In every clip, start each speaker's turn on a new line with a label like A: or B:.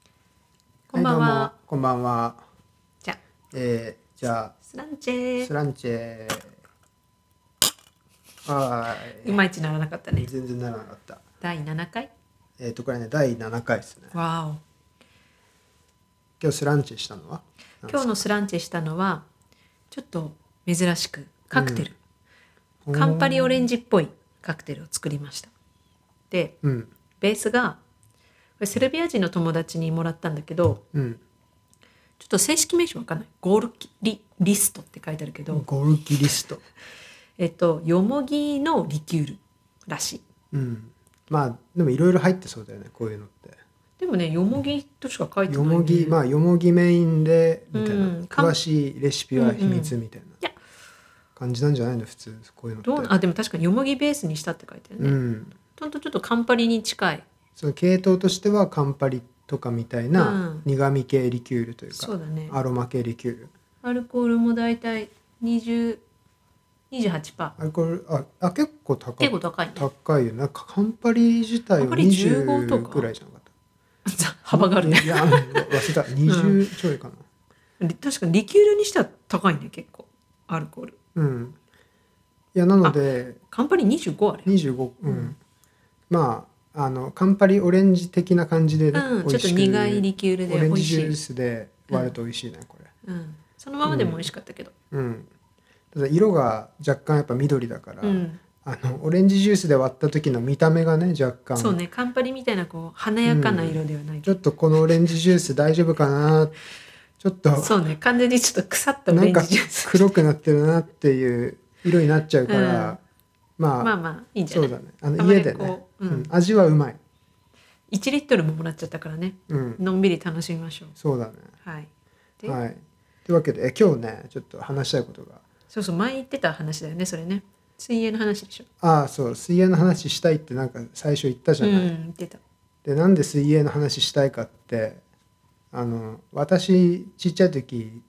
A: はい、どう
B: こんばん
A: も
B: は、
A: こんばんは。
B: じゃあ
A: えー、じゃ
B: スランチ
A: あ、
B: ェ
A: スランチェ。はー
B: いまいちならなかった
A: い。
B: ね
A: 全然ならなかった。
B: 第7回
A: えっ、と、これね、第7回ですね。
B: わ
A: 今日スランチェしたのは
B: お今日のスランチェしたのはちょっと珍しくカクテル、カンパリオレンジっぽいカクテルを作りましたで
A: うん、
B: ベースがこれセルビア人の友達にもらったんだけど
A: うん。
B: ちょっと正式名称わかんないゴールキリリストって書いてあるけど、
A: ゴルキリスト。
B: えっとよもぎのリキュールらしい
A: うん。まあ、でもいろいろ入ってそうだよね、こういうのって。
B: でもねよもぎとしか書いてな
A: よ
B: い、ね、
A: もぎ、まあ、よもぎメインで、みたいな。
B: うんかん
A: 詳しいレシピは秘密みたいな
B: や
A: 感じなんじゃないの、普通、こういうのって。
B: どうなあでも確かによもぎベースにしたって書いてあるね、
A: うん。
B: ほんとちょっとカンパリに近い
A: その系統としてはカンパリとかみたいな
B: うん
A: 苦味系リキュールというか、
B: そうだね
A: アロマ系リキュール
B: アルコールもだいたい20 28%パ
A: アルコールああ結構高い
B: ー結構高いね
A: 高いよなんかカンパリ自体
B: カン
A: は
B: パリ15と
A: 20
B: か
A: ぐらいじゃなかった
B: 幅があるね
A: いや忘れた20ちょいかな
B: 確かにリキュールにしては高いね結構アルコール
A: うん、いやなので
B: カンパリ25あれ
A: 25うん、
B: うん
A: まああのカンパリオレンジ的な感じで、
B: うん
A: 美
B: ちょ
A: 味
B: っと
A: しく
B: 苦いリキュール
A: オ
B: で
A: レ
B: 美
A: ン
B: 味
A: ジジ
B: し
A: ュー
B: い、
A: スで割ると美味しいねこれ
B: うん、そのままでも美味しかったけど
A: うんただ色が若干やっぱ緑だから、
B: うん、
A: あのオレンジジュースで割った時の見た目がね若干
B: そうねカンパリみたいなこう華やかな色ではない
A: ち
B: け
A: ょっ
B: ど、
A: とこのオレンジジュース大丈夫かなちょっと
B: そうね完全にちょっと腐ったオ
A: な
B: レ
A: ん
B: ン
A: か
B: ジジュース
A: 黒くなってるなっていう色になっちゃうか
B: う
A: ら、
B: ん
A: まあ、
B: まあまあいいんじゃな
A: そう
B: い
A: だねあ
B: あ
A: の
B: まり
A: 家でね
B: こ、ううん
A: うん味はうまい、
B: 1リットルももらっちゃったからね
A: うん、
B: のんびり楽しみましょ
A: そうだね
B: うはいで、
A: はいというわけでえ今日ねちょっと話したいことが
B: そうそう前言ってた話だよねそれね水泳の話でしょ
A: ああそう水泳の話したいってなんか最初言ったじゃ
B: う
A: ない、
B: ん言ってた
A: でなんで水泳の話したいかってあの私ちっちゃい時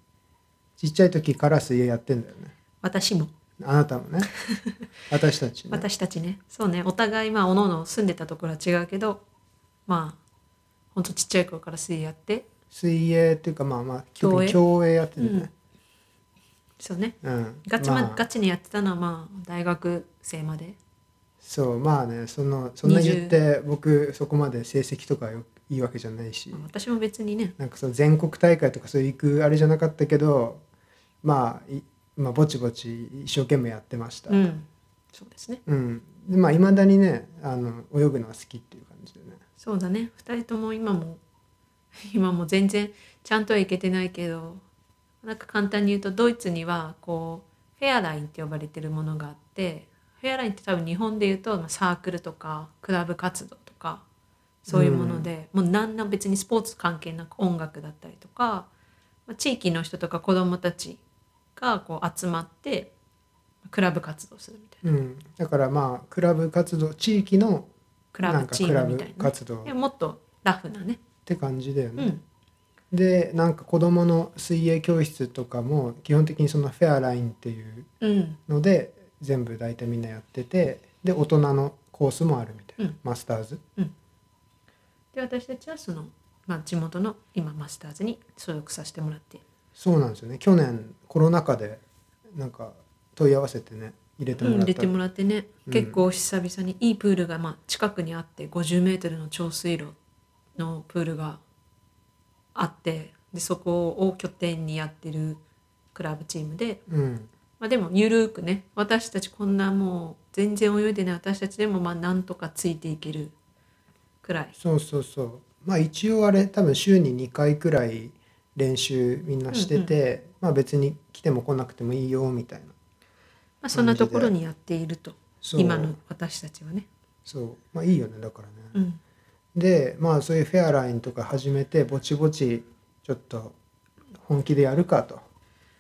A: ちっちゃい時から水泳やってんだよね
B: 私も
A: あなた もね私たちね
B: 私たちねそうねお互いまあおのの住んでたところは違うけどまあほんとちっちゃい頃から水泳やって
A: 水泳っていうかまあまあ
B: 競泳
A: 競泳やってるね、
B: そうね
A: うん
B: ガチ,、ま
A: まあ
B: ガチにやってたのはまあ大学生まで
A: そうまあねそのそんな言って僕そこまで成績とかよいいわけじゃないし、
B: まあ私も別にね
A: なんかその全国大会とかそういう行くあれじゃなかったけどまあいまあぼちぼち一生懸命やってました、
B: うんそうですね
A: うん、でまあいまだにねあの泳ぐのは好きっていう感じでね
B: そうだね2人とも今も 今も全然ちゃんとはいけてないけどなんか簡単に言うとドイツにはこうフェアラインって呼ばれてるものがあってフェアラインって多分日本で言うとまあサークルとかクラブ活動とかそういうもので、もう何ら別にスポーツ関係なく音楽だったりとか、まあ、地域の人とか子どもたちがこう集まってクラブ活動するみたいな
A: うん、だからまあクラブ活動地域の
B: クラ
A: な
B: ブ
A: んか
B: チ
A: ク
B: ー
A: ラ
B: ムみ
A: ブ
B: たいなね
A: 活動っ
B: でもっとラフなね、
A: て感じだよ
B: う
A: ね、
B: ん、
A: でなんか子どもの水泳教室とかも基本的にそのフェアラインっていう
B: うん、
A: ので全部大体みんなやっててで大人のコースもあるみたい
B: う
A: な、
B: ん
A: マスターズ
B: で私たちはその、まあ、地元の今マスターズに所属させてもらって
A: そうなんですよね去年コロナ禍でなんか問い合わせてね入れても
B: うん
A: ら
B: 入
A: っ
B: れ
A: た
B: て
A: り、
B: もらってね、
A: うん
B: 結構久々にいいプールが、まあ、近くにあって5 0ルの長水路のプールがあってでそこを拠点にやってるクラブチームで、
A: うん
B: まあ、でもゆるくね私たちこんなもう全然泳いでない私たちでもまあなんとかついていけるくらい
A: そうそうそうまあ一応あれ多分週に2回くらい練習みんなしてて、まあ別に来ても来なくてもいいよみたいな
B: まあ、そんなところにやっていると
A: そう
B: 今の私たちはね。
A: そうまあいいよねだからね、
B: うん
A: でまあそういうフェアラインとか始めてぼちぼちちょっと本気でやるかと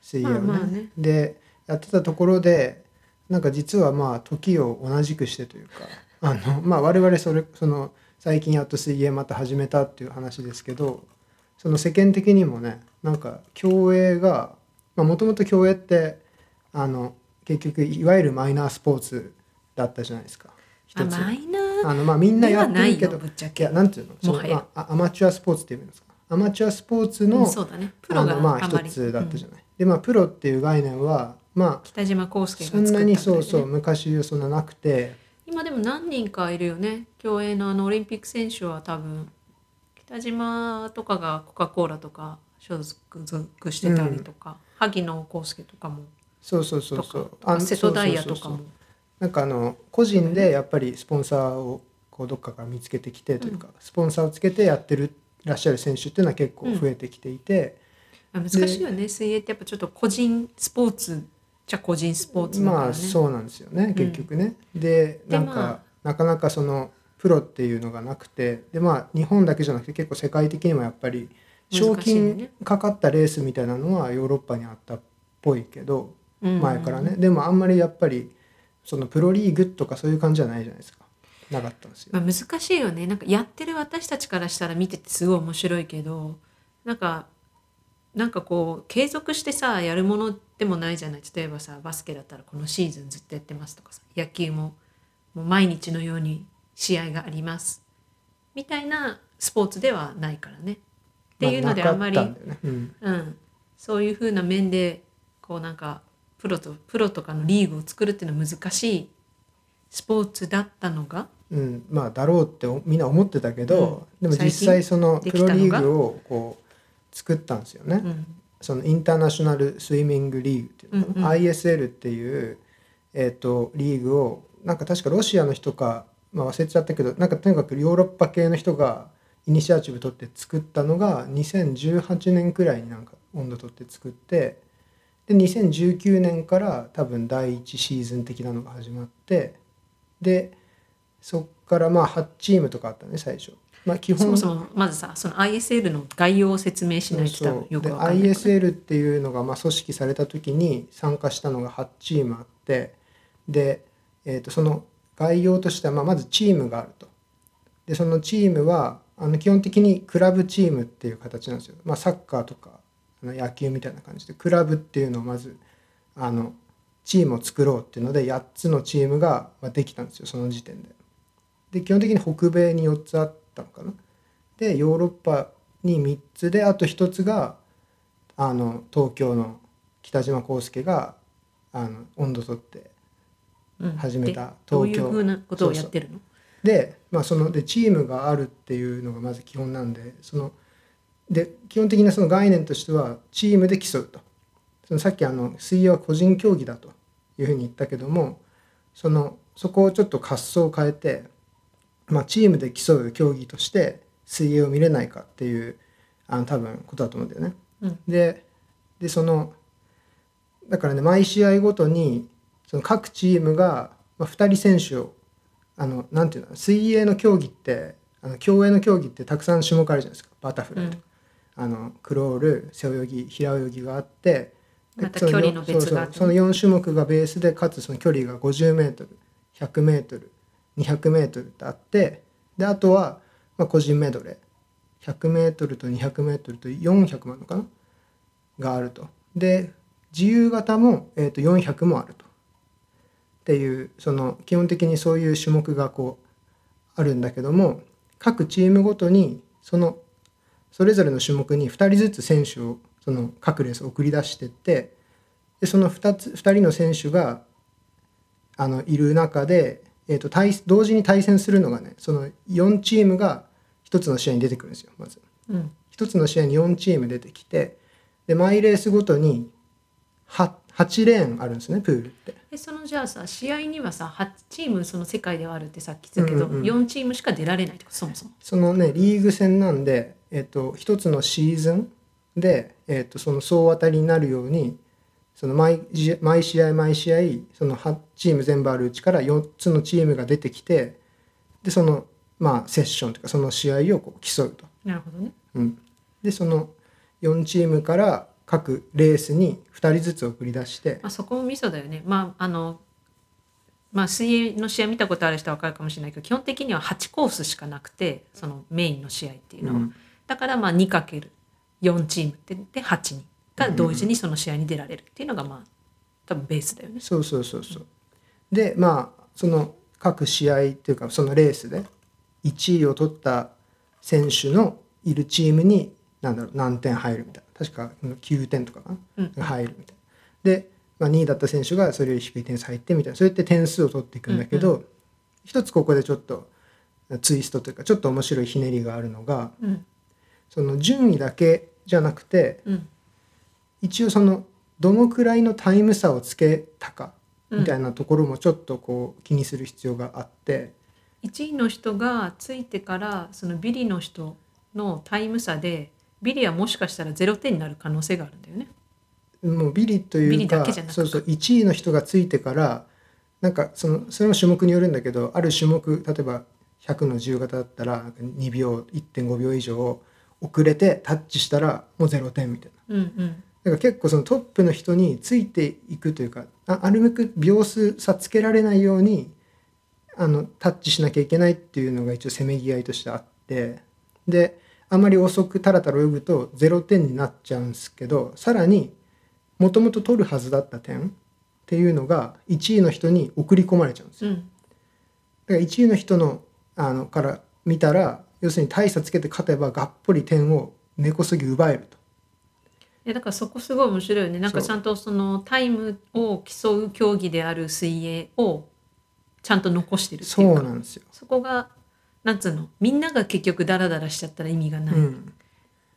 A: 水泳をね,、
B: まあまあね
A: でやってたところでなんか実はまあ時を同じくしてというかあのまあ我々それその最近やっと水泳また始めたっていう話ですけどその世間的にもねなんか競泳がもともと競泳ってあの結局いわゆるマイナースポーツだったじゃないですか
B: あ
A: 一つ
B: マイナー
A: あのまあみんなやってるけ
B: ではないよ
A: ど
B: ぶっちゃ
A: い
B: け
A: やなんていうのその
B: もはや
A: まあ、アアマチュアスポーツって言うんですかアマチュアスポーツ
B: うん
A: の
B: そうだねプ
A: あ
B: ロが
A: のまあ
B: あんま
A: 一
B: り
A: つだったじゃ
B: うん
A: ない。でまあプロっていう概念はまあ
B: 北島康介が作っ
A: そ
B: た
A: ん
B: みた
A: ないに
B: ね
A: そうそう昔そんななくて
B: 今でも何人かいるよね競泳のあのオリンピック選手は多分北島とかがコカ・コーラとか所属してたりとか、萩野公介とかも
A: そうそうそ
B: と
A: う
B: か
A: そう
B: あ瀬戸大也と
A: そ
B: か
A: うそ
B: も
A: うそうそうなんかあの個人でやっぱりスポンサーをこうどっかから見つけてきてというか、スポンサーをつけてやってるらっしゃる選手っていうのは結構増えてきていて、
B: あ難しいよね水泳ってやっぱちょっと個人スポーツじゃ個人スポーツだから、ね、
A: まあそうなんですよね結局ね。で
B: で
A: なんか、
B: まあ
A: なかなかそのプロっていうのがなくてでまあ日本だけじゃなくて結構世界的にもやっぱり賞
B: 難しいね
A: 金かかったレースみたいなのはヨーロッパにあったっぽいけど
B: うん
A: 前からね、でもあんまりやっぱりそのプロリーグとかそういう感じじゃないじゃないですかなかったんですよ。
B: まあ、難しいよねなんかやってる私たちからしたら見ててすごい面白いけどなんかなんかこう継続してさやるものでもないじゃない例えばさバスケだったらこのシーズンずっとやってますとかさ野球ももう毎日のように試合がありますみたいなスポーツではないからね。っていうので
A: ま
B: あんまり、
A: なかったんだよねうん
B: うん、そういうふうな面でこうなんかプロとプロとかのリーグを作るっていうのは難しいスポーツだったのが
A: うん、まあだろうっておみんな思ってたけど、
B: うん
A: でも実際その
B: 最
A: プ
B: 近
A: ロ
B: でき
A: リ
B: た
A: ー
B: のが
A: グをこう作ったんですよね、
B: うん
A: そのインターナショナルスイミングリーグっていうのかな、
B: うん
A: ISL っていう、えー、とリーグをなんか確かロシアの人か、まあ、忘れちゃったけどなんかとにかくヨーロッパ系の人がイニシアチブ取って作ったのが2018年くらいになんか温度取って作ってで2019年から多分第1シーズン的なのが始まってでそっからまあ8チームとかあったね最初。まあ、基
B: そ
A: 本
B: もそもまずさその ISL の概要を説明しないと多分よくわかんないか
A: で
B: ら
A: ISL っていうのがまあ組織された時に参加したのが8チームあってで、えー、とその概要としてはまあまずチームがあるとでそのチームはあの基本的にクラブチームっていう形なんですよ、まあ、サッカーとかあの野球みたいな感じでクラブっていうのをまずあのチームを作ろうっていうので8つのチームがまあできたんですよその時点で。で基本的に北米に4つあったのかな。でヨーロッパに3つであと1つがあの東京の北島康介があの温度取って
B: うん
A: 始めた
B: でどういう
A: 東京
B: ふうなことをやってるの
A: で,、まあ、そのでチームがあるっていうのがまず基本なんでそので基本的なその概念としてはチームで競うとそのさっきあの水泳は個人競技だというふうに言ったけどもそのそこをちょっと滑走を変えて、まあ、チームで競う競技として水泳を見れないかっていうあの多分ことだと思うんだよね。
B: うん
A: ででそのだからね毎試合ごとにその各チームが、まあ、2人選手をあのなんていうの水泳の競技ってあの競泳の競技ってたくさん種目あるじゃないですかバタフライとか、あのクロール背泳ぎ平泳ぎがあってで
B: また
A: そ
B: 距離の別があって
A: そうそうその4種目がベースでかつその距離が 50m100m200m ってあってであとは、まあ、個人メドレー 100m と 200m と400もあるのかながあると。で自由形も、えー、と400もあると。っていうその基本的にそういう種目がこうあるんだけども各チームごとにそのそれぞれの種目に2人ずつ選手をその各レース送り出してってでその 2, つ2人の選手があのいる中で、えー、と対同時に対戦するのがねその4チームが1つの試合に出てくるんですよまず。
B: うん
A: 1つの試合に4チーム出てきてで毎レースごとに 8, 8レーンあるんですねプールって。
B: えそのじゃあさ試合にはさ8チームその世界ではあるってさっき言ったけど、
A: うんうんうん
B: 4チームしか出られないとかそもそも
A: そのねリーグ戦なんで、えっと一つのシーズンで、えっとその総当たりになるようにその毎じ毎試合毎試合その8チーム全部あるうちから4つのチームが出てきてでそのまあセッションというかその試合をこう競うと。
B: なるほどね
A: うん、でその4チームから各レースに2人ずつ送り出して
B: まあ、そこもミソだよね。まああのまあ、水泳の試合見たことある人は分かるかもしれないけど基本的には8コースしかなくてそのメインの試合っていうのは、
A: うん
B: だからまあ 2×4 チームってで8人が同時にその試合に出られるっていうのがまあ多分ベースだよね。
A: そうそうそうそうでまあその各試合っていうかそのレースで1位を取った選手のいるチームになんだろう何点入るみたいな確かうん9点とかか
B: う
A: な、
B: ん
A: 入るみたいなで、まあ、2位だった選手がそれより低い点数入ってみたいなそうやって点数を取っていくんだけど、一つここでちょっとツイストというかちょっと面白いひねりがあるのが
B: うん
A: その順位だけじゃなくて
B: うん
A: 一応そのどのくらいのタイム差をつけたか
B: うん
A: みたいなところもちょっとこう気にする必要があって、
B: 1位の人がついてからそのビリの人のタイム差でビリはもしかしたら0点になる可能性があるんだよね。
A: もうビリとい
B: ビリ
A: うか
B: だけじゃなく
A: そうそう1位の人がついてからなんかそのそれも種目によるんだけどある種目例えば100の自由形だったらなんか2秒1.5秒以上遅れてタッチしたらもう0点みたいな。
B: うんうん
A: だから結構そのトップの人についていくというかああるべく秒数差つけられないようにあのタッチしなきゃいけないっていうのが一応せめぎ合いとしてあってであまり遅くタラタラ泳ぐと0点になっちゃうんですけどさらにもともと取るはずだった点っていうのが1位の人に送り込まれちゃうんですよ
B: うん
A: だから1位の人のあのから見たら要するに大差つけて勝てばがっぽり点を根こそぎ奪えると。
B: えだからそこすごい面白いよねなんか
A: そう
B: ちゃんとそのタイムを競う競技である水泳をちゃんと残してるって
A: そ
B: いううか
A: なんですよ、
B: そこがなんつうのみんなが結局ダラダラしちゃったら意味がない、
A: う
B: っ
A: ん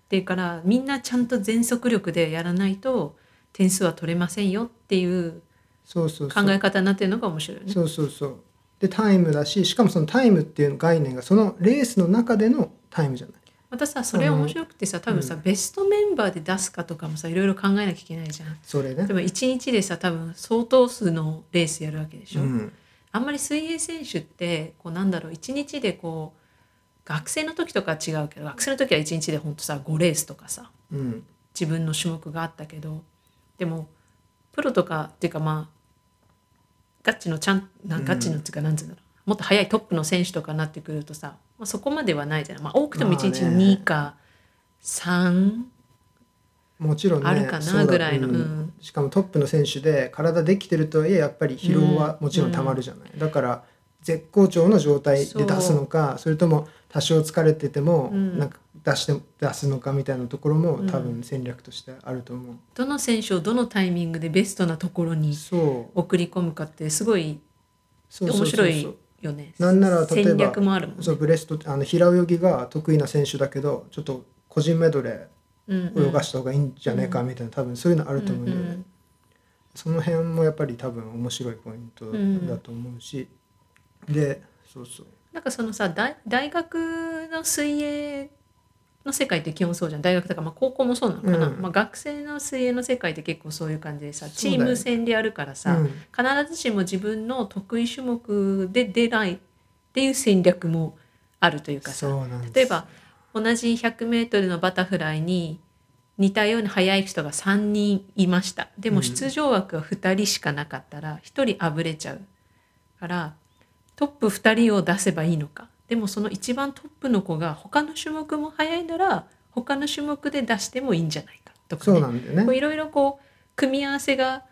B: ていうからみんなちゃんと全速力でやらないと点数は取れませんよっていう
A: そうそうそ
B: 考
A: う
B: え方になってるのが面白いよね。
A: そうそうそうでタイムだししかもそのタイムっていう概念がそのレースの中でのタイムじゃない
B: またさそれ面白くてさ多分さ、ベストメンバーで出すかとかもさいろいろ考えなきゃいけないじゃん。
A: それね
B: でも1日でさ多分相当数のレースやるわけでし
A: う
B: ょ。
A: ん
B: あんまり水泳選手ってこうなんだろう1日でこう学生の時とかは違うけど学生の時は1日でほんとさ5レースとかさ
A: うん
B: 自分の種目があったけどでもプロとかっていうかまあガッチのちゃんなガッチのっていうかなんつうんだろうもっと速いトップの選手とかになってくるとさ、まあ、そこまではないじゃない、まあ、多くても
A: まあね
B: 1日2か3
A: もちろんね
B: あるかな
A: そうだ
B: ぐらいの
A: うん
B: うん
A: しかもトップの選手で体できてるとはいえやっぱり疲労はもちろんたまるじゃない、だから絶好調の状態で出すのかそれとも多少疲れてても、
B: うん
A: なんか出して出すのかみたいなところも多
B: う
A: 分戦略としてあると思う、
B: どの選手をどのタイミングでベストなところに
A: そう
B: 送り込むかってすごい
A: そうそうそう
B: 面
A: そ
B: 白
A: う
B: いよね。
A: なんなら例えば
B: 戦略もあるもんね。
A: そうブレストあの平泳ぎが得意な選手だけどちょっと個人メドレ
B: うんう
A: ー
B: ん
A: 泳がした方がいいんじゃねえかみたいな多分そういうのあると思うんだよね、
B: うんうん
A: その辺もやっぱり多分面白いポイントだと思うし、でそうそう
B: なんかそのさ大大学の水泳の世界って基本そうじゃん大学とか、まあ、高校もそうなのかな、
A: うん
B: まあ、学生の水泳の世界って結構そういう感じでさ
A: そ
B: チ
A: うだよ
B: ーム戦でやるからさ、
A: うん
B: 必ずしも自分の得意種目で出ないっていう戦略もあるというかさ
A: そうなんです
B: 例えば同じ 100m のバタフライに似たように速い人が3人いましたで
A: う
B: も
A: ん
B: 出場枠は2人しかなかったら1人あぶれちゃうからトップ2人を出せばいいのかでもその一番トップの子が他の種目も速いなら他の種目で出してもいいんじゃないかとか、
A: そう
B: ね
A: な、んだ
B: こ
A: よ
B: う
A: ね
B: いろいろこう組み合わせが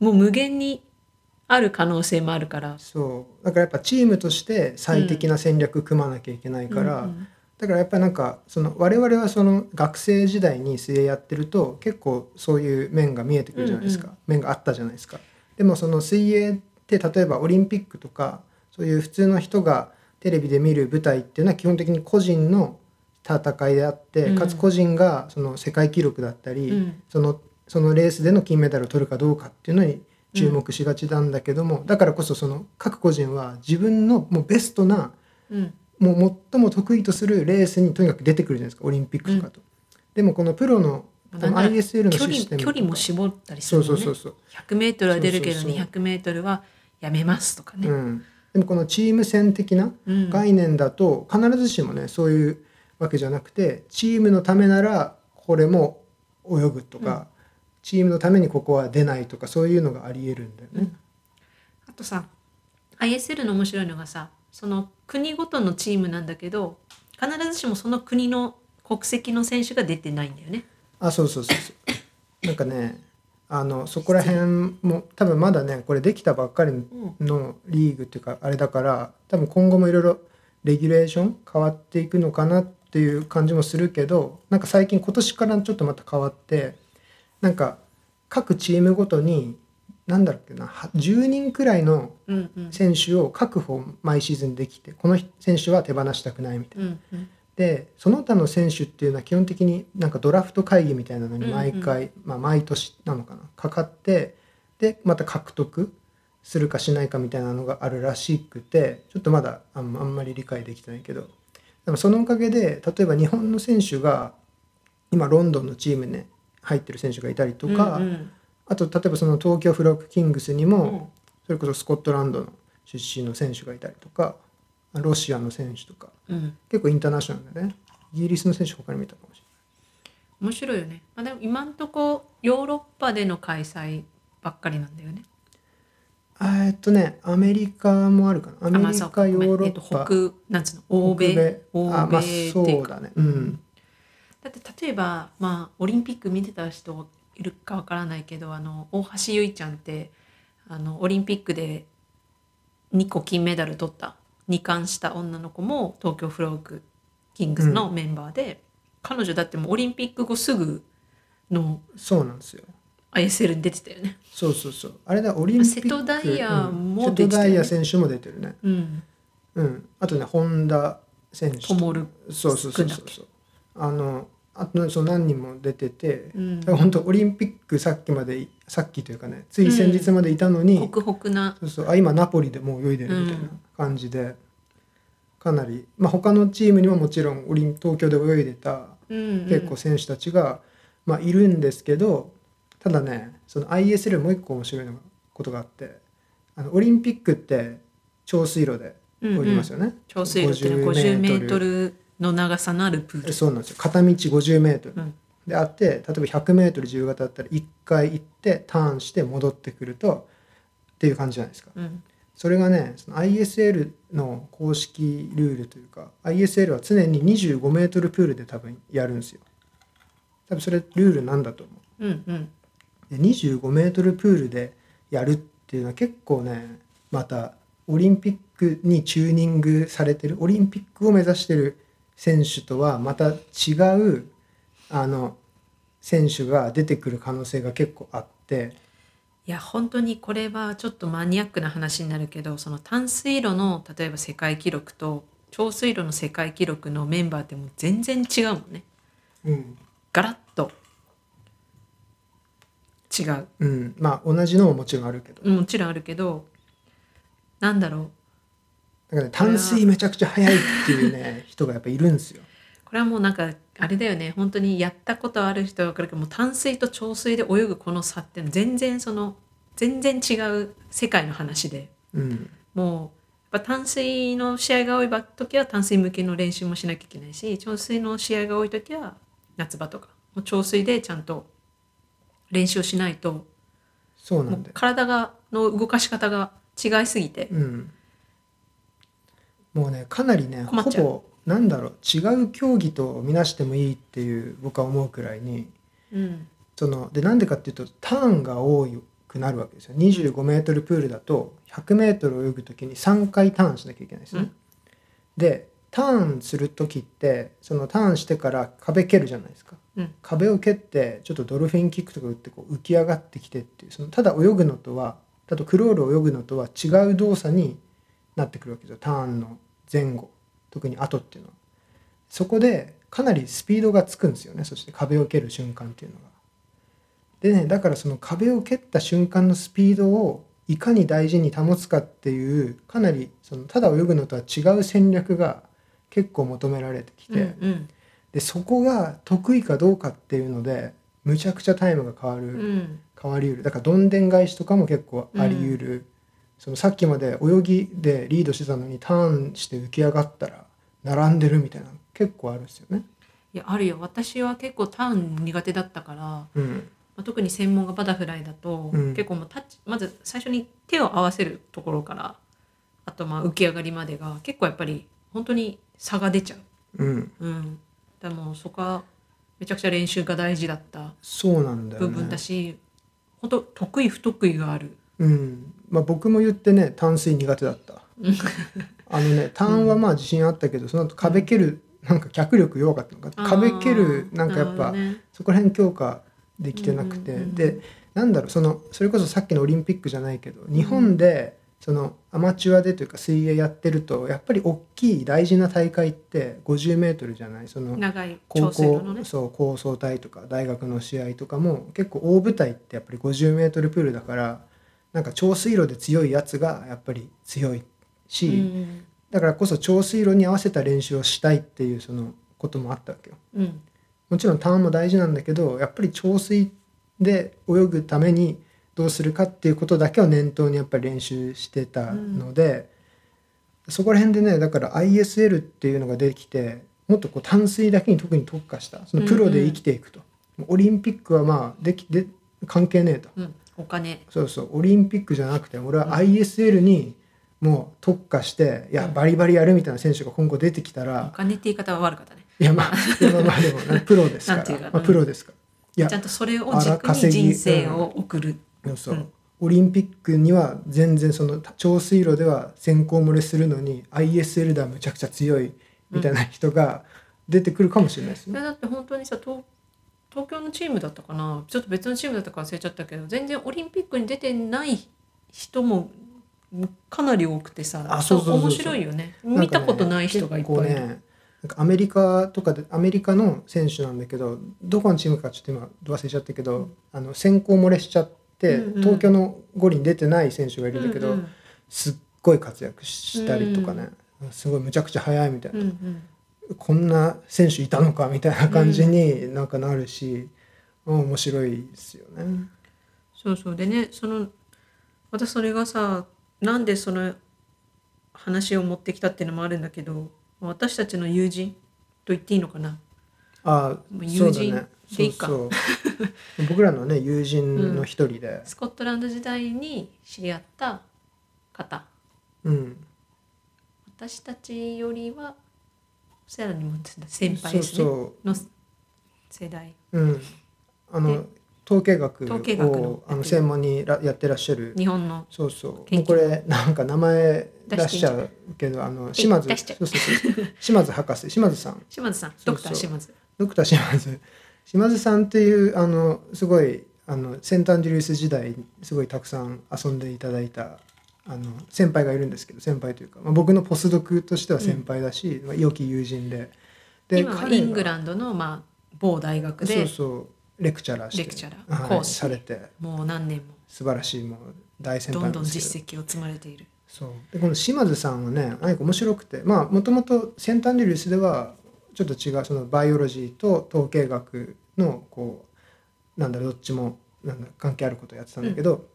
B: もう無限にある可能性もあるから。
A: そうだからやっぱチームとして最適な戦略組まなきゃいけないから、
B: うんうん
A: だからやっぱりなんかその我々はその学生時代に水泳やってると結構そういう面が見えてくるじゃないです
B: う
A: か、
B: ん
A: 面があったじゃないですかでもその水泳って例えばオリンピックとかそういう普通の人がテレビで見る舞台っていうのは基本的に個人の戦いであって、
B: うん
A: かつ個人がその世界記録だったり、
B: うん
A: そのそのレースでの金メダルを取るかどうかっていうのに注目しがちなんだけども、だからこそその各個人は自分のもうベストな
B: うん
A: もう最も得意とするレースにとにかく出てくるじゃないですかオリンピックとかと、でもこのプロの
B: な
A: こ
B: ん
A: の
B: なら
A: ISL の
B: 距
A: システ
B: 離距
A: ム
B: 離も
A: し
B: 絞ったりす
A: そ
B: る
A: う
B: もん
A: そ
B: ね
A: うそうそう、
B: 100メートルは出るけど
A: そうそうそう
B: 200メートルはやめますとかね。
A: うん、でもこのチーム戦的な
B: うん
A: 概念だと必ずしもねそういうわけじゃなくてチームのためならこれも泳ぐとか、チームのためにここは出ないとかそういうのがありえるんだよね。
B: あとさ ISL の面白いのがさその国ごとのチームなんだけど必ずしもその国の国籍の選手が出てないんだよね。
A: あそうそうそうそうなんかねあのそこら辺も多分まだねこれできたばっかりのリーグっていうかあれだから多分今後もいろいろレギュレーション変わっていくのかなっていう感じもするけどなんか最近今年からちょっとまた変わってなんか各チームごとに何だろうなは10人くらいの
B: うんうん
A: 選手を確保毎シーズンできてこの選手は手放したくないみたい
B: う
A: な。
B: んうん
A: でその他の選手っていうのは基本的になんかドラフト会議みたいなのに毎回、まあ、毎年なのかなかかってでまた獲得するかしないかみたいなのがあるらしくてちょっとまだあんあんまり理解できてないけどでもそのおかげで例えば日本の選手が今ロンドンのチームに、ね、入ってる選手がいたりとか、
B: うんうん
A: あと例えばその東京フロックキングスにも、それこそスコットランドの出身の選手がいたりとかロシアの選手とか。
B: うん
A: 結構インターナショナルだねイギリスの選手他に見たかもし
B: 面白いよね、まあ、でも今んとこヨーロッパでの開催ばっかりなんだよね
A: れないあーえっとねアメリカもあるかなアメ
B: あまあ
A: リ
B: そう
A: カ
B: ごめん
A: ヨーロ
B: えっ
A: ッ
B: と
A: パ、
B: 北なんつうの欧米欧
A: あ
B: 米
A: まあ
B: っていう
A: そう
B: か
A: だねうん
B: だって例えば、まあ、オリンピック見てた人いるかわからないけどあの大橋悠依ちゃんってあのオリンピックで2個金メダル取った2冠した女の子も東京フロークキングスのメンバーで、彼女だってもうオリンピック後すぐの
A: そうなんですよ
B: ISL に出てたよね。
A: そうそうそうあれだオリンピッ
B: 瀬
A: ク
B: 戸大也も
A: うん
B: 出て
A: 瀬戸
B: たよ
A: 大
B: ね
A: 也選手も出てるね
B: うん、
A: うんあとね本田選手と
B: トモル
A: そうそうそうそうそうあのあとねそう何人も出てて、
B: うん
A: だから本当オリンピックさっきまでいさっきというかねつい先日までいたのに、
B: ホクホクな
A: そうそうあ今ナポリでもう泳いでるみたいな感じで、かなり、まあ、他のチームにももちろんオリン東京で泳いでた
B: 結
A: 結構選手たちが、まあ、いるんですけどただねその ISL もう一個面白いのがことがあってあのオリンピックって長水路で泳ぎますよね。
B: 長水路ってね50メートルの長さのあるプール。
A: そうなんですよ片道50メートル
B: うん
A: であって例えば100メートル自由形だったら1回行ってターンして戻ってくるとっていう感じじゃないですか。
B: うん
A: それがねその ISL の公式ルールというか ISL は常に2 5メートルプールで多分やるんですよ多分それルールなんだと思
B: うんうん
A: うで2 5メートルプールでやるっていうのは結構ねまたオリンピックにチューニングされてるオリンピックを目指してる選手とはまた違うあの選手が出てくる可能性が結構あって
B: いや本当にこれはちょっとマニアックな話になるけどその淡水路の例えば世界記録と長水路の世界記録のメンバーってもう全然違うもんね
A: うん、
B: ガラッと違う
A: うん、まあ同じのももちろんあるけど
B: もちろんあるけどなんだろう
A: なんかね、淡水めちゃくちゃ早いっていうね人がやっぱいるんですよ。
B: これはもうなんかあれだよね本当にやったことある人は分かるけどもう淡水と潮水で泳ぐこの差って全然その全然違う世界の話で
A: うん、
B: もうやっぱ淡水の試合が多い時は淡水向けの練習もしなきゃいけないし潮水の試合が多い時は夏場とかもう潮水でちゃんと練習をしないと
A: そうな
B: も
A: ん
B: う
A: だよ。
B: 体がの動かし方が違いすぎて
A: うん、もうねかなりね
B: 困
A: ほ
B: っちゃう
A: ぼなんだろう違う競技と見なしてもいいっていう僕は思うくらいに
B: うん
A: そのでなんでかっていうとターンが多くなるわけですよ。25メートルプールだと100メートル泳ぐときに3回ターンしなきゃいけないんですね。
B: うん
A: でターンする時ってそのターンしてから壁蹴るじゃないですか。
B: うん
A: 壁を蹴ってちょっとドルフィンキックとか打ってこう浮き上がってきてっていうそのただ泳ぐのとはただクロールを泳ぐのとは違う動作になってくるわけですよターンの前後特に後っていうのはそこでかなりスピードがつくんですよねそして壁を蹴る瞬間っていうのがでねだからその壁を蹴った瞬間のスピードをいかに大事に保つかっていうかなりそのただ泳ぐのとは違う戦略が結構求められてき
B: うん
A: て、
B: うん
A: でそこが得意かどうかっていうのでむちゃくちゃタイムが変わる、
B: うん
A: 変わりうるだからどんでん返しとかも結構ありうる、そのさっきまで泳ぎでリードしてたのにターンして浮き上がったら並んでるみたいなの結構あるんですよね。
B: いやあるよ私は結構ターン苦手だったから
A: うん
B: まあ、特に専門がバタフライだと、
A: うん
B: 結構もうタッチまず最初に手を合わせるところからあとまあ浮き上がりまでが結構やっぱり本当に差が出ちゃ
A: うん、
B: う、うん、でもうそこはめちゃくちゃ練習が大事だった
A: そうなんだよね
B: 部分だし、本当得意不得意がある、
A: うんまあ、僕も言って ね淡水苦手だったあのねターンはまあ自信あったけどその後壁蹴るなんか脚力弱かったのか壁蹴る
B: あー
A: なんかやっ
B: なる
A: ぱ、
B: ほどね
A: そこら辺強化できてなくて、
B: うんうんうん
A: でなんだろうそのそれこそさっきのオリンピックじゃないけど日本でそのアマチュアでというか水泳やってるとやっぱり大きい大事な大会って 50m じゃないその
B: 長い
A: 高
B: 調整
A: 校
B: のね
A: そう高層体とか大学の試合とかも結構大舞台ってやっぱり 50m プールだからなんか長水路で強いやつがやっぱり強いし、
B: うん
A: だからこそ長水路に合わせた練習をしたいっていうそのこともあったわけよ。
B: うん
A: もちろんターンも大事なんだけどやっぱり長水で泳ぐためにどうするかっていうことだけを念頭にやっぱり練習してたので、そこら辺でねだから ISL っていうのができてもっとこう淡水だけに特に特化したそのプロで生きていくと、オリンピックはまあできで関係ねえと
B: うんお金
A: そうそうオリンピックじゃなくて俺は ISL にもう特化して、いやバリバリやるみたいな選手が今後出てきたら、
B: お金って言い方は悪かったね
A: いやまあ、いやまあまあでもね、プロです か
B: なんてい
A: ら
B: うかな
A: まあ、プロですからい
B: ちゃんとそれを
A: あら
B: 軸
A: 稼
B: に人
A: ぎ
B: 生を送る
A: やそう、
B: うん
A: オリンピックには全然その長水路では先行漏れするのに ISL ではむちゃくちゃ強いみたいな人が出てくるかもしれないです
B: そ
A: ね。
B: れだって本当にさ東東京のチームだったかなちょっと別のチームだったか忘れちゃったけど全然オリンピックに出てない人もかなり多くてさ
A: あそうそうそうそう
B: 面白いよね
A: なん
B: 見た
A: かね
B: ことない人がいっぱいいる、
A: 結構ねなんかアメリカとかでアメリカの選手なんだけどどこのチームかちょっと今忘れちゃったけど、あの先行漏れしちゃっ
B: うんう
A: て、
B: ん
A: 東京の五輪出てない選手がいるんだけど、
B: うん
A: すっごい活躍したりとかね、すごいむちゃくちゃ速いみたいな
B: うん、うん
A: こんな選手いたのかみたいな感じになんかなるし、うん面白いですよね。
B: そうそうでねその私それがさなんでその話を持ってきたっていうのもあるんだけど私たちの友人と言っていいのかな
A: あ
B: もう
A: そ
B: 友
A: うだ
B: 人
A: ね。
B: でいいか
A: そうそう 僕らのね友人の一人で、
B: スコットランド時代に知り合った方
A: うん
B: 私たちよりはさらにも先輩ですね
A: そうそ
B: の世代
A: う、うん、
B: で
A: あの統計学
B: 統計学
A: を
B: の
A: あの専門にらやってらっしゃる
B: 日本の
A: そうそう
B: 研究
A: もうこれなんか名前
B: 出
A: 出
B: してい
A: し
B: い
A: ちゃうけどあの島津
B: 出しちゃ
A: そうそうそう島津博士島津さん
B: 島津さん
A: そ
B: ド
A: う
B: クター島津
A: ドクター島津島津さんっていうあのすごいあのセントアンジュリウス時代すごいたくさん遊んでいただいたあの先輩がいるんですけど先輩というか、まあ、僕のポスドクとしては先輩だし、まあ、良き友人でで
B: 今はイングランドの、まあ、某大学
A: そう
B: で
A: そうレクチャラーして
B: レクチャラー
A: はい
B: 講師
A: されて
B: もう何年も
A: 素晴らしいもう大先
B: ど
A: 輩
B: ん
A: な
B: ど
A: ん
B: ん
A: ですけど
B: 実績を積まれている
A: そうでこの島津さんはね何か面白くてまあもともとセントアンドリュースではちょっと違うそのバイオロジーと統計学のこうなんだろうどっちもなんだろう関係あることをやってたんだけど、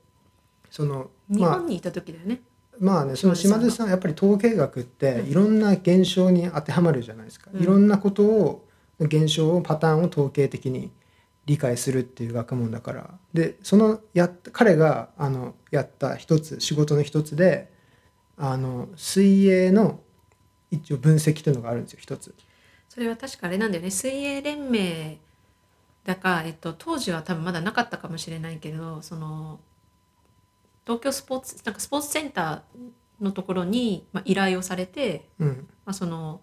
A: その
B: 日
A: まあ
B: 本にいた時だよね、
A: まあねその島津さんやっぱり統計学っていろんな現象に当てはまるじゃないですか、
B: うん
A: いろんなことを現象をパターンを統計的に理解するっていう学問だからでそのやっ彼があのやった一つ仕事の一つであの水泳の一応分析というのがあるんですよ一つ。
B: それは確かあれなんだよね水泳連盟だか、えっと、当時は多分まだなかったかもしれないけどその東京スポーツなんかスポーツセンターのところに、まあ、依頼をされて
A: うん
B: まあ、その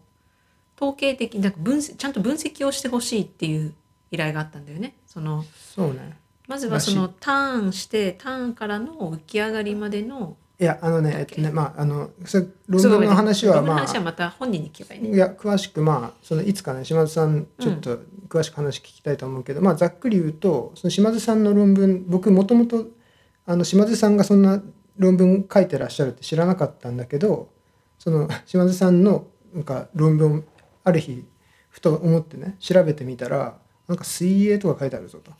B: 統計的なんか分析ちゃんと分析をしてほしいっていう依頼があったんだよね。その
A: そうね
B: まずはそ
A: ら
B: のターンしてターンからの浮き上がりまでの
A: いやあのねえっとねまああのそれ論
B: すご
A: 文
B: い
A: の話は
B: 論文の
A: まあ
B: 話はまた本人に聞けばいいね。
A: いや詳しくまあそのいつかね島津さんちょっと詳しく話聞きたいと思うけど、まあざっくり言うとその島津さんの論文僕もともとあの島津さんがそんな論文書いてらっしゃるって知らなかったんだけどその島津さんのなんか論文をある日ふと思ってね調べてみたらなんか水泳とか書いてあるぞと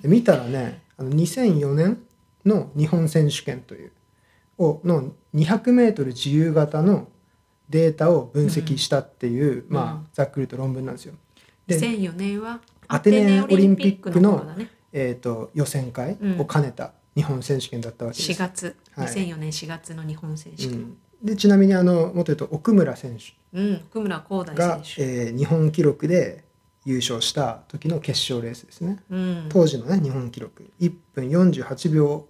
A: で見たらねあの2004年の日本選手権というをの 200m 自由形のデータを分析したっていう、
B: うん
A: まあざっくりと論文なんですよ。で、
B: 2004年は
A: アテネオリンピックの
B: アテネオリンピッ頃だね
A: えー、と予選会
B: うん
A: を兼ねた日本選手権だったわけです。
B: 4月、
A: はい
B: 2004年4月の日本選手
A: う
B: 権、
A: んでちなみにあのもっと言うと奥村選手
B: うん奥村光大
A: が、
B: 選手、
A: えー日本記録で優勝した時の決勝レースですね。
B: うん、
A: 当時のね日本記録1分48秒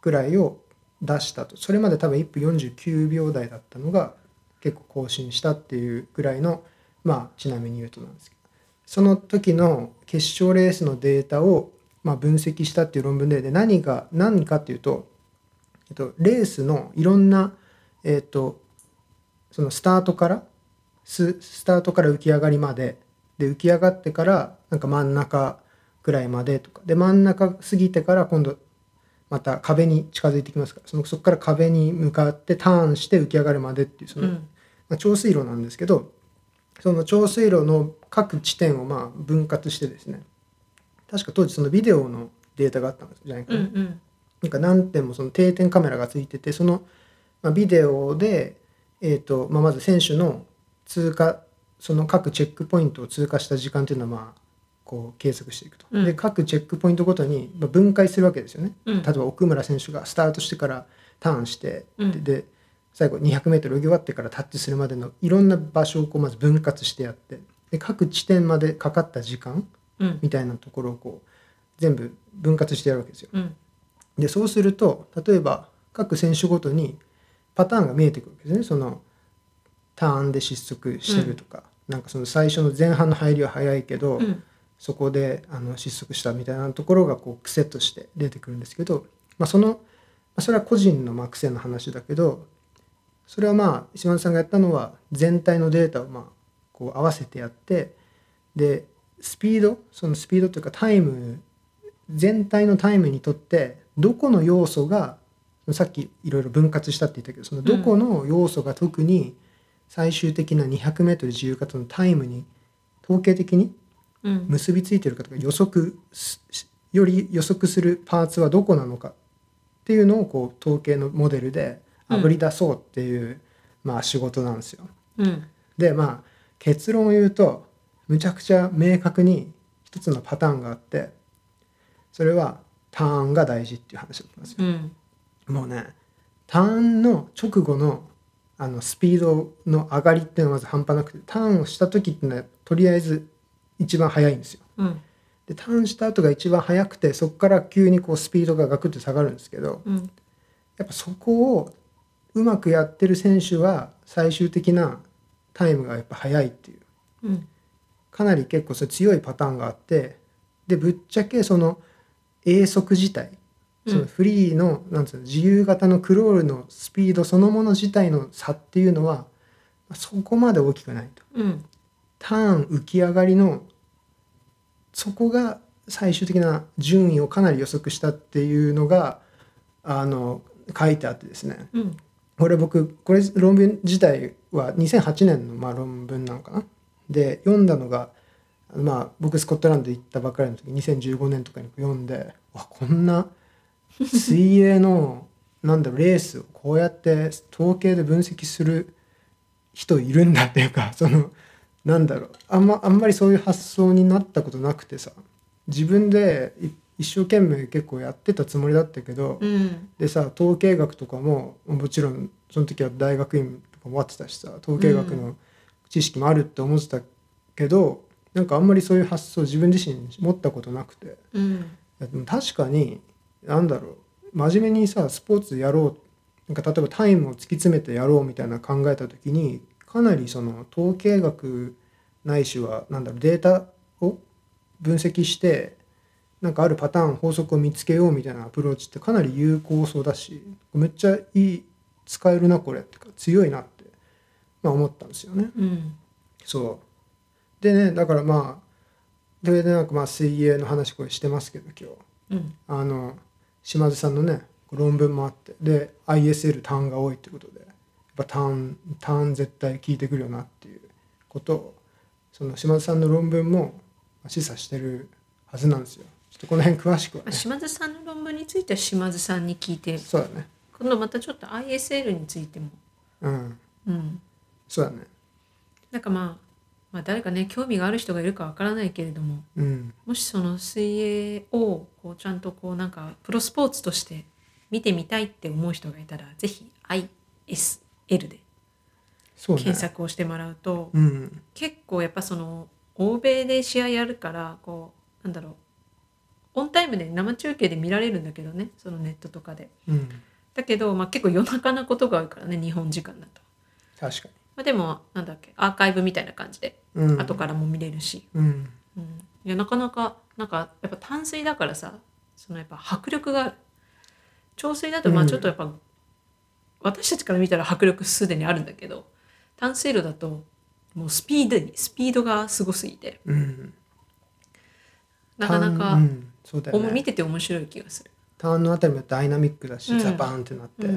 A: ぐらいを出したとそれまで多分1分49秒台だったのが結構更新したっていうぐらいのまあちなみに言うとなんですけどその時の決勝レースのデータを、まあ、分析したっていう論文でで何が何かっていうと、えっと、レースのいろんな、えっと、そのスタートからススタートから浮き上がりまでで浮き上がってからなんか真ん中ぐらいまでとかで真ん中過ぎてから今度また壁に近づいてきますからそのそこから壁に向かってターンして浮き上がるまでっていうその、
B: うん
A: まあ、調水路なんですけどその調水路の各地点をまあ分割してですね確か当時そのビデオのデータがあったんじゃないか
B: うん
A: な,、
B: うん
A: なんか何点もその定点カメラがついててその、まあ、ビデオで、えーとまあ、まず選手の通過その各チェックポイントを通過した時間っていうのはまあこう計測していくと、
B: うん
A: で各チェックポイントごとにまあ分解するわけですよね、
B: うん
A: 例えば奥村選手がスタートしてからターンして、
B: うん
A: でで最後 200m 泳ぎ終わってからタッチするまでのいろんな場所をこうまず分割してやってで各地点までかかった時間
B: うん
A: みたいなところをこう全部分割してやるわけですよ。
B: うん
A: でそうすると例えば各選手ごとにパターンが見えてくるわけですねそのターンで失速してるとか、なんかその最初の前半の入りは早いけど、
B: うん
A: そこであの失速したみたいなところがこう癖として出てくるんですけど、まあ、そのまあそれは個人のまあ癖の話だけどそれはまあ島田さんがやったのは全体のデータをまあこう合わせてやってでスピードそのスピードというかタイム全体のタイムにとってどこの要素がさっきいろいろ分割したって言ったけどそのどこの要素が特に最終的な 200m 自由形のタイムに統計的に
B: うん
A: 結びついてるかとか予測すより予測するパーツはどこなのかっていうのをこう統計のモデルであぶり出そうっていう、まあ仕事なんですよ。
B: うん
A: でまあ結論を言うとむちゃくちゃ明確に一つのパターンがあってそれはターンが大事っていう話だったんですよ。
B: うん
A: もうねターンの直後のあのスピードの上がりっていうのはまず半端なくてターンをした時ってのはとりあえず一番速いんですよ。
B: うん
A: でターンした後が一番速くてそこから急にこうスピードがガクッと下がるんですけど
B: うん
A: やっぱそこをうまくやってる選手は最終的なタイムがやっぱ速いっていう
B: うん
A: かなり結構それ強いパターンがあってでぶっちゃけその永速自体
B: うん
A: そのフリーの,、なんつうの自由形のクロールのスピードそのもの自体の差っていうのはそこまで大きくないと。
B: うん
A: ターン浮き上がりのそこが最終的な順位をかなり予測したっていうのがあの書いてあってですね
B: うん
A: これ僕これ論文自体は2008年のまあ論文なのかなで読んだのがまあ僕スコットランド行ったばっかりの時2015年とかに読んでわこんな水泳の なんだろうレースをこうやって統計で分析する人いるんだっていうか そのなんだろうあん,、まあんまりそういう発想になったことなくてさ自分でい一生懸命結構やってたつもりだったけど、
B: うん
A: でさ統計学とかももちろんその時は大学院とかも終わってたしさ統計学の知識もあるって思ってたけど、なんかあんまりそういう発想自分自身持ったことなくてい
B: うん
A: やでも確かになんだろう真面目にさスポーツやろうなんか例えばタイムを突き詰めてやろうみたいな考えた時にかなりその統計学ないしはなんだろうデータを分析してなんかあるパターン法則を見つけようみたいなアプローチってかなり有効そうだしめっちゃいい使えるなこれってか強いなって、まあ、思ったんですよね。
B: うん
A: そうでねだからまあそれでなんかまあ水泳の話これしてますけど今日
B: うん
A: あの島津さんのね論文もあってで ISL ターンが多いってことでやっぱターンターン絶対効いてくるよなっていうことをその島津さんの論文も示唆してるはずなんですよちょっとこの辺詳しくは
B: まあ
A: ね
B: 島津さんの論文については島津さんに聞いて
A: そうだね
B: 今度またちょっと ISL についても、
A: うん
B: うん、
A: そうだね
B: なんか、まあ、まあ誰かね興味がある人がいるかわからないけれども
A: うん
B: もしその水泳をこうちゃんとこうなんかプロスポーツとして見てみたいって思う人がいたらぜひ ISL で
A: そうね
B: 検索をしてもらうと
A: うん
B: 結構やっぱその欧米で試合やるからこうなんだろうオンタイムで生中継で見られるんだけどねそのネットとかで
A: うん
B: だけど、まあ、結構夜中なことがあるからね日本時間だと
A: 確か
B: まあ、でもなんだっけアーカイブみたいな感じで
A: うん、
B: 後からも見れるし、
A: うん
B: うんいやなかなかなんかやっぱ淡水だからさそのやっぱ迫力がある潮水だとま
A: う
B: あ
A: ん
B: ちょっとやっぱ、私たちから見たら迫力すでにあるんだけど淡水路だともうスピードにスピードがすごすぎて
A: うん、
B: なかな
A: ターンう
B: か、
A: ん、そうだ
B: お
A: よ
B: も見
A: ね
B: てて面白い気がする。
A: ターンのあたりもダイナミックだし、
B: うん
A: ザバーンってなって、
B: うん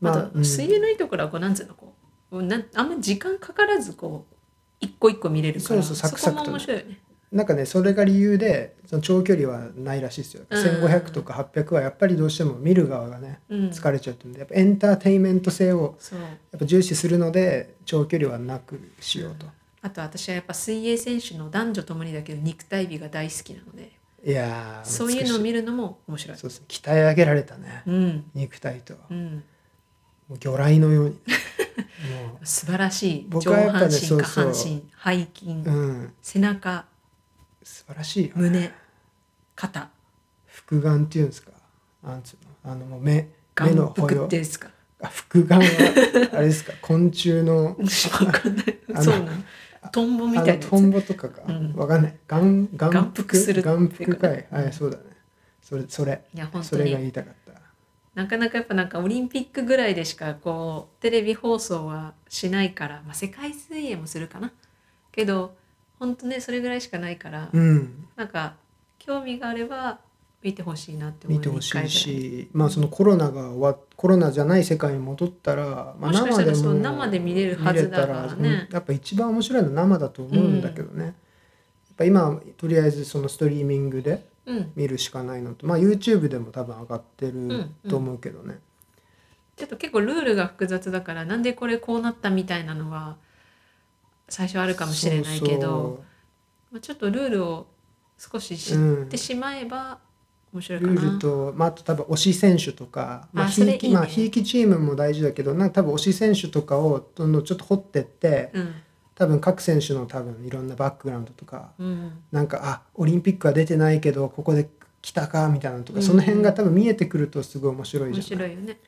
A: ま
B: ま
A: あ
B: た、
A: うん
B: 水泳のいいところはこうなんつうのこうなんあんま時間かからずこう一個一個見れるから
A: そうそうサクサクと
B: そこも面
A: ね
B: 白いよね。
A: なんかねそれが理由でその長距離はないらしいですよ、
B: うん
A: 1500とか800はやっぱりどうしても見る側がね
B: うん、
A: 疲れちゃってるんでやっぱエンターテインメント性を
B: そう
A: やっぱ重視するので長距離はなくしようと、
B: あと私はやっぱ水泳選手の男女ともにだけど肉体美が大好きなので
A: いやー
B: そういうのを見るのも面白い
A: 美しい。そうですね鍛え上げられたね、
B: うん
A: 肉体と
B: うん、
A: もう魚雷のよ うにも
B: 素晴らしい
A: 僕
B: 上
A: はやっぱね
B: 半身
A: そう
B: 下
A: そう
B: 半身背筋、
A: う、うん、
B: 背中
A: 素晴らしいよ、ね、
B: 胸肩
A: 複眼っていうんですかなんつうのあのもう目目
B: 眼
A: の保
B: 福
A: 養
B: っていうんですか
A: あ複眼はあれですか昆虫の
B: わかんない
A: あの
B: そうなのトンボみ
A: あ
B: たいなや
A: の
B: つ
A: トンボとかか、
B: うん
A: わかんない眼眼
B: 眼福する
A: 眼福かい、
B: うん
A: はいそうだねそれそれ
B: いや本
A: そ
B: 当
A: れが
B: に
A: 言いたかった
B: なかなかやっぱなんかオリンピックぐらいでしかこうテレビ放送はしないから、まあ、世界水泳もするかなけど本当ねそれぐらいしかないから、
A: うん
B: なんか興味があれば見てほしいなって思う
A: 見てほしい
B: 一
A: し、まあそのコロナが終わっコロナじゃない世界に戻ったら、まあ、
B: もしかしたらそう生で見れるはずだからね
A: 見れたうんやっぱ一番面白いのは生だと思うんだけどね、やっぱ今とりあえずそのストリーミングで
B: 回ぐらいうん
A: 見るしかないのと、まあ、YouTube でも多分上がってる
B: んうん
A: と思うけどね、
B: ちょっと結構ルールが複雑だからなんでこれこうなったみたいなのは最初あるかもしれないけどまあ、ちょっとルールを少し
A: そうそ
B: 知
A: う、う
B: っ
A: ん
B: て、しまえば面白いか
A: ル
B: な。
A: ールと、まあ、あと多分推し選手とか、まあ、
B: あ
A: ひ
B: それ
A: いき
B: いいね
A: まあひいきチームも大事だけどなんか多分推し選手とかをどんどんちょっと掘ってって
B: うん
A: 多分各選手の多分いろんなバックグラウンドとか
B: うん
A: なんかあオリンピックは出てないけどここで来たかみたいなのとか、
B: うん
A: その辺が多分見えてくるとすごい面白い
B: 面
A: じゃな
B: 白
A: い
B: いよね。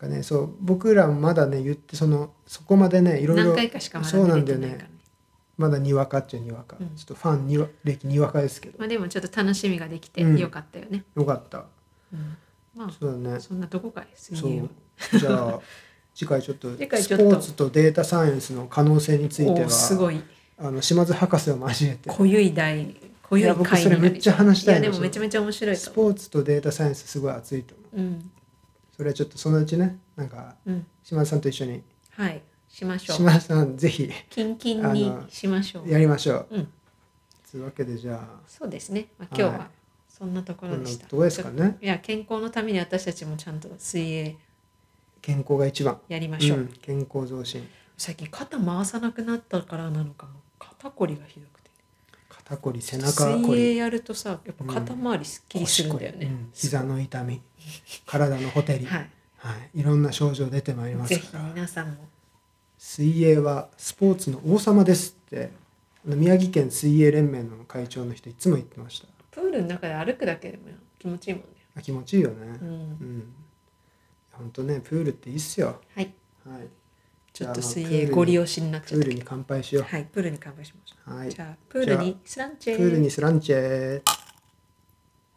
A: なんかねそう僕らもまだね言ってそのそこまでねいろい
B: 何
A: ろ
B: 回かしか学
A: そうんな
B: で
A: ん
B: き
A: だ
B: て
A: よ
B: ない
A: ね
B: からね。
A: まだにわかっちゃにわか、
B: うん
A: ちょっとファンにわ歴にわかですけど
B: まあでもちょっと楽しみができて
A: うん
B: よかったよね。
A: よかった
B: ま
A: そうだね
B: あそんなとこかいです
A: そ
B: ね
A: う。じゃあ次回ちょっとスポ
B: 次回ちょっと
A: ーツとデータサイエンスの可能性について
B: お
A: は
B: ーすごい
A: あの島津博士を交えて
B: 濃ゆい題濃ゆ
A: いや
B: い
A: 僕
B: 回
A: それ
B: にな
A: め
B: る
A: っちゃ話したい
B: い
A: の
B: やでもめちゃめちゃ面白い
A: ス
B: と思
A: ポーツとデータサイエンスすごい熱いと思う
B: う。うん
A: それはちょっとそのうちねなんか
B: うん
A: 島津さんと一緒に
B: はいしましょう。
A: 島津さんぜひ
B: キンキンにしましょう。
A: やりましょう、
B: うん
A: というわけでじゃあ
B: そうですね。まあ今日
A: はい
B: はそんなとこ
A: こ
B: ろ
A: ん
B: で
A: な
B: した。
A: とこですかね
B: いや健康のために私たちもちゃんと水泳
A: 健康が一番、
B: やりましょ
A: う
B: う。
A: ん、健康増進
B: 最近肩回さなくなったからなのかも肩こりがひどくて。
A: 肩こり背中こ
B: 水泳
A: り
B: やるとさやっぱ肩周りすっきりするんだよね、
A: 腰こりうん膝の痛み体のほてり、
B: は
A: はい
B: い、
A: い、ろんな症状出てまいりま
B: ぜ
A: す
B: ひ
A: から
B: 皆さんも
A: 水泳はスポーツの王様ですってあの宮城県水泳連盟の会長の人いつも言ってました
B: プールの中で歩くだけでも気持ちいいもんね、
A: あ気持ちいいよ
B: う
A: ね
B: ん
A: う、ん本当ねプールっていいっすよ
B: はい
A: はい
B: ちょっと水泳ご利用しになっ
A: プ
B: ちゃっ
A: ー
B: た
A: ル
B: け
A: に
B: ど
A: 乾杯しよ
B: はいプールに乾杯しましょ
A: うは
B: う
A: い
B: じゃあプール
A: じゃ
B: にスランチェ
A: プールにスランチェー